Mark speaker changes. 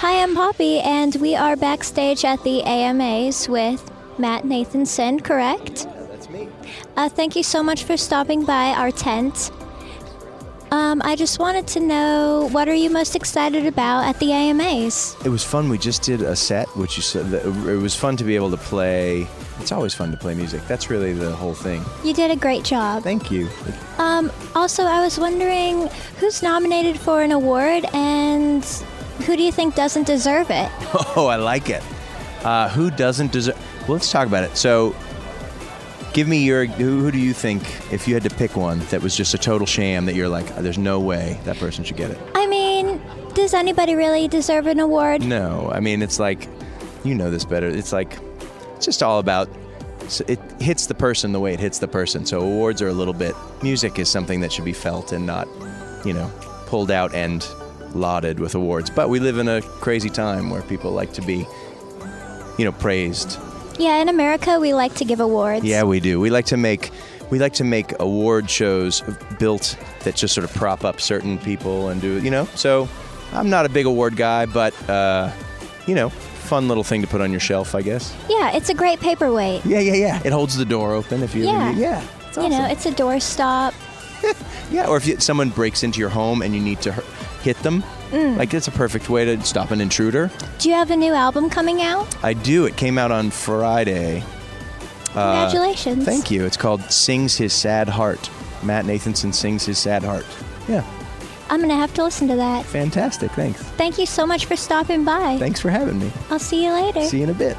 Speaker 1: Hi, I'm Poppy, and we are backstage at the AMAs with Matt Nathanson, correct?
Speaker 2: Yeah, that's me.
Speaker 1: Uh, thank you so much for stopping by our tent. Um, I just wanted to know what are you most excited about at the AMAs?
Speaker 2: It was fun. We just did a set, which you said that it was fun to be able to play. It's always fun to play music. That's really the whole thing.
Speaker 1: You did a great job.
Speaker 2: Thank you.
Speaker 1: Um, also, I was wondering who's nominated for an award and who do you think doesn't deserve it?
Speaker 2: Oh, I like it. Uh, who doesn't deserve? Well, let's talk about it. So, give me your who, who do you think if you had to pick one that was just a total sham that you're like, there's no way that person should get it.
Speaker 1: I mean, does anybody really deserve an award?
Speaker 2: No, I mean it's like, you know this better. It's like, it's just all about. so It hits the person the way it hits the person. So awards are a little bit. Music is something that should be felt and not, you know, pulled out and lauded with awards. But we live in a crazy time where people like to be, you know, praised.
Speaker 1: Yeah, in America, we like to give awards.
Speaker 2: Yeah, we do. We like to make we like to make award shows built that just sort of prop up certain people and do you know. So I'm not a big award guy, but uh, you know, fun little thing to put on your shelf, I guess.
Speaker 1: Yeah, it's a great paperweight.
Speaker 2: Yeah, yeah, yeah. It holds the door open if you
Speaker 1: Yeah.
Speaker 2: ever need. Yeah, it's
Speaker 1: You
Speaker 2: awesome.
Speaker 1: know, it's a doorstop.
Speaker 2: yeah, or if you, someone breaks into your home and you need to hur- hit them,
Speaker 1: Mm.
Speaker 2: like it's a perfect way to stop an intruder.
Speaker 1: Do you have a new album coming out?
Speaker 2: I do. It came out on Friday.
Speaker 1: Congratulations.
Speaker 2: Uh, Thank you. It's called Sings His Sad Heart. Matt Nathanson sings his sad heart. Yeah,
Speaker 1: I'm going to have to listen to that.
Speaker 2: fantastic. Thanks.
Speaker 1: Thank you so much for stopping by.
Speaker 2: Thanks for having me.
Speaker 1: I'll see you later.
Speaker 2: See you in a bit.